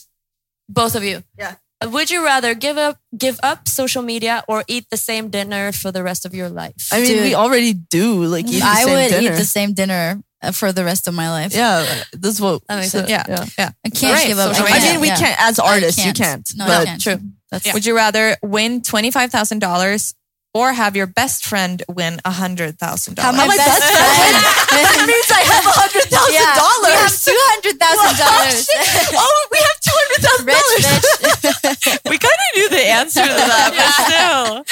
S2: Both of you. Yeah. Would you rather give up give up social media or eat the same dinner for the rest of your life?
S4: I mean,
S5: Dude.
S4: we already do like eat the
S5: I
S4: same
S5: would
S4: dinner.
S5: eat the same dinner uh, for the rest of my life.
S4: yeah, that's what.
S2: That makes
S4: so-
S2: sense.
S7: Yeah.
S4: yeah.
S5: I can't
S7: Right,
S5: give up. I
S7: social media.
S4: I
S5: can't,
S4: mean, we
S5: yeah.
S4: can't as
S5: I
S4: artists. You can't.
S5: No, I
S4: but
S5: can't.
S4: true.
S5: That's
S7: Would you rather win twenty five thousand dollars or have your best friend win hundred thousand dollars?
S5: my best friend. *laughs*
S4: *laughs*
S5: that means I have a hundred thousand dollars. We have two hundred
S4: *laughs*
S5: thousand dollars.
S7: Oh, we have two hundred thousand
S5: Rich bitch.
S7: We kind of knew the answer to that, but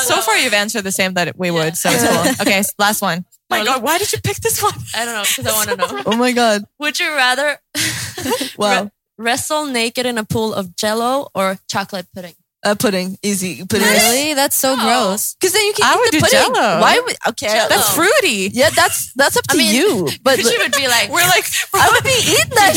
S7: still. So far, you've answered the same that we would, so it's cool. Okay, s- last one. My God, why did you pick this one?
S2: I don't know because I want to know.
S4: Oh my
S5: *laughs*
S4: god!
S2: Would you rather
S4: Wow.
S2: wrestle naked in a pool of jello or chocolate pudding?
S4: Uh, pudding, easy pudding.
S5: Really? That's so gross.
S4: Because then you can
S7: I
S4: eat
S7: would
S4: the
S7: do
S4: pudding.
S7: Jell-O.
S4: Why would okay?
S7: That's fruity.
S4: Oh. Yeah, that's that's up to *laughs* you. But
S2: *laughs* She would be like,
S7: We're
S2: *laughs*
S7: like,
S4: I would be eating that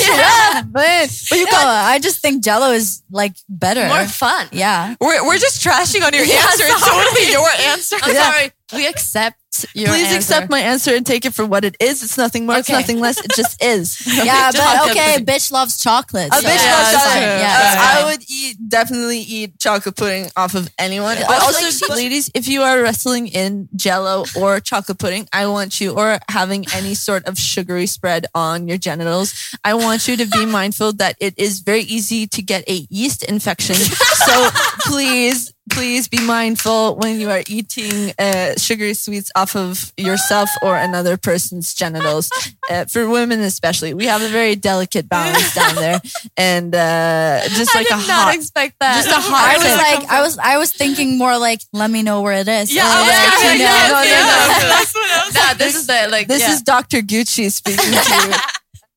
S4: shit up, man. *laughs* But you
S5: No,
S4: got
S5: I just think Jello is like better.
S2: more fun.
S5: yeah.
S7: we're, we're just trashing on your answer.
S4: *laughs*
S7: It's totally your answer.
S2: I'm
S4: Yeah.
S2: sorry. We accept your
S4: please
S2: answer.
S4: accept my answer and take it for what it is. It's nothing more. It's
S2: Okay.
S4: nothing less. It just is. *laughs*
S5: Yeah, but
S4: chocolate
S5: okay,
S4: pudding.
S5: bitch loves chocolate.
S4: A
S5: so
S4: bitch
S5: it's
S4: loves
S5: fine.
S4: chocolate.
S5: Yeah,
S4: Uh,
S5: it's
S4: I
S5: fine.
S4: would eat definitely eat chocolate pudding off of anyone. But
S5: I
S4: also,
S5: like cheese.
S4: ladies, if you are wrestling in Jello or chocolate pudding, I want you or having any sort of sugary spread on your genitals, I want you to be mindful that it is very easy to get a yeast infection. so please. Please be mindful when you are eating uh,
S2: *laughs*
S4: sugary sweets off of yourself or another person's genitals. Uh, for women, especially, we have a very delicate balance down there and uh, just like a hot,
S2: expect that.
S4: just a hot.
S5: I
S4: tip.
S5: was like, I was, I was thinking more like, let me know where it is.
S7: Yeah, I was
S5: Like,
S7: gonna
S5: you
S7: say
S5: know.
S7: that.
S2: no, no, no.
S7: That's what I was
S2: Nah, this is the like.
S4: this
S2: yeah.
S4: is Dr. Gucci speaking to you.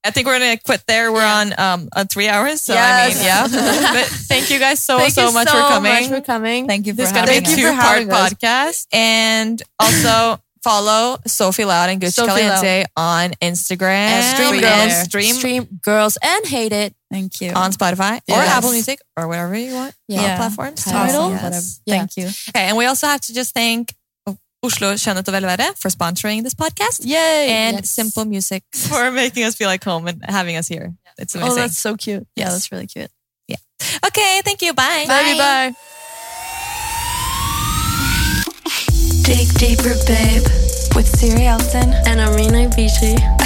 S7: I think we're gonna quit there. We're on um on three hours, so
S4: Yes.
S7: I mean, yeah. but thank you guys so
S2: Thank
S7: so
S2: you
S7: much
S2: so
S7: for coming.
S2: Much for coming.
S5: Thank you for
S7: This is gonna be
S5: having
S7: a
S4: Thank you
S5: us.
S4: for
S7: two part
S4: having us.
S7: podcast, and
S4: *clears throat*
S7: also follow Sophie Loud and Gucci
S4: Sophie
S7: Caliente on Instagram,
S5: And stream
S7: We
S5: girls.
S7: can stream,
S2: Stream girls and hate it.
S5: Thank you.
S7: on Spotify or
S4: Yes.
S7: Apple Music or whatever you want
S2: Yeah.
S7: uh, platforms.
S5: Awesome.
S2: Title?
S5: Whatever.
S2: Yeah.
S5: Thank you.
S7: Okay, and we also have to just thank Oslo Skjønnhet og Velvære for sponsoring this podcast.
S4: Yay.
S7: And
S2: Yes.
S7: Simple Music for making us feel like home and having us here. *laughs* It's amazing.
S4: oh, that's so cute.
S5: Yeah, that's really cute.
S7: okay, thank you. Bye.
S4: Love you, bye.
S1: Dig deeper, babe, with Siri Elton.
S2: And Arena Beachy.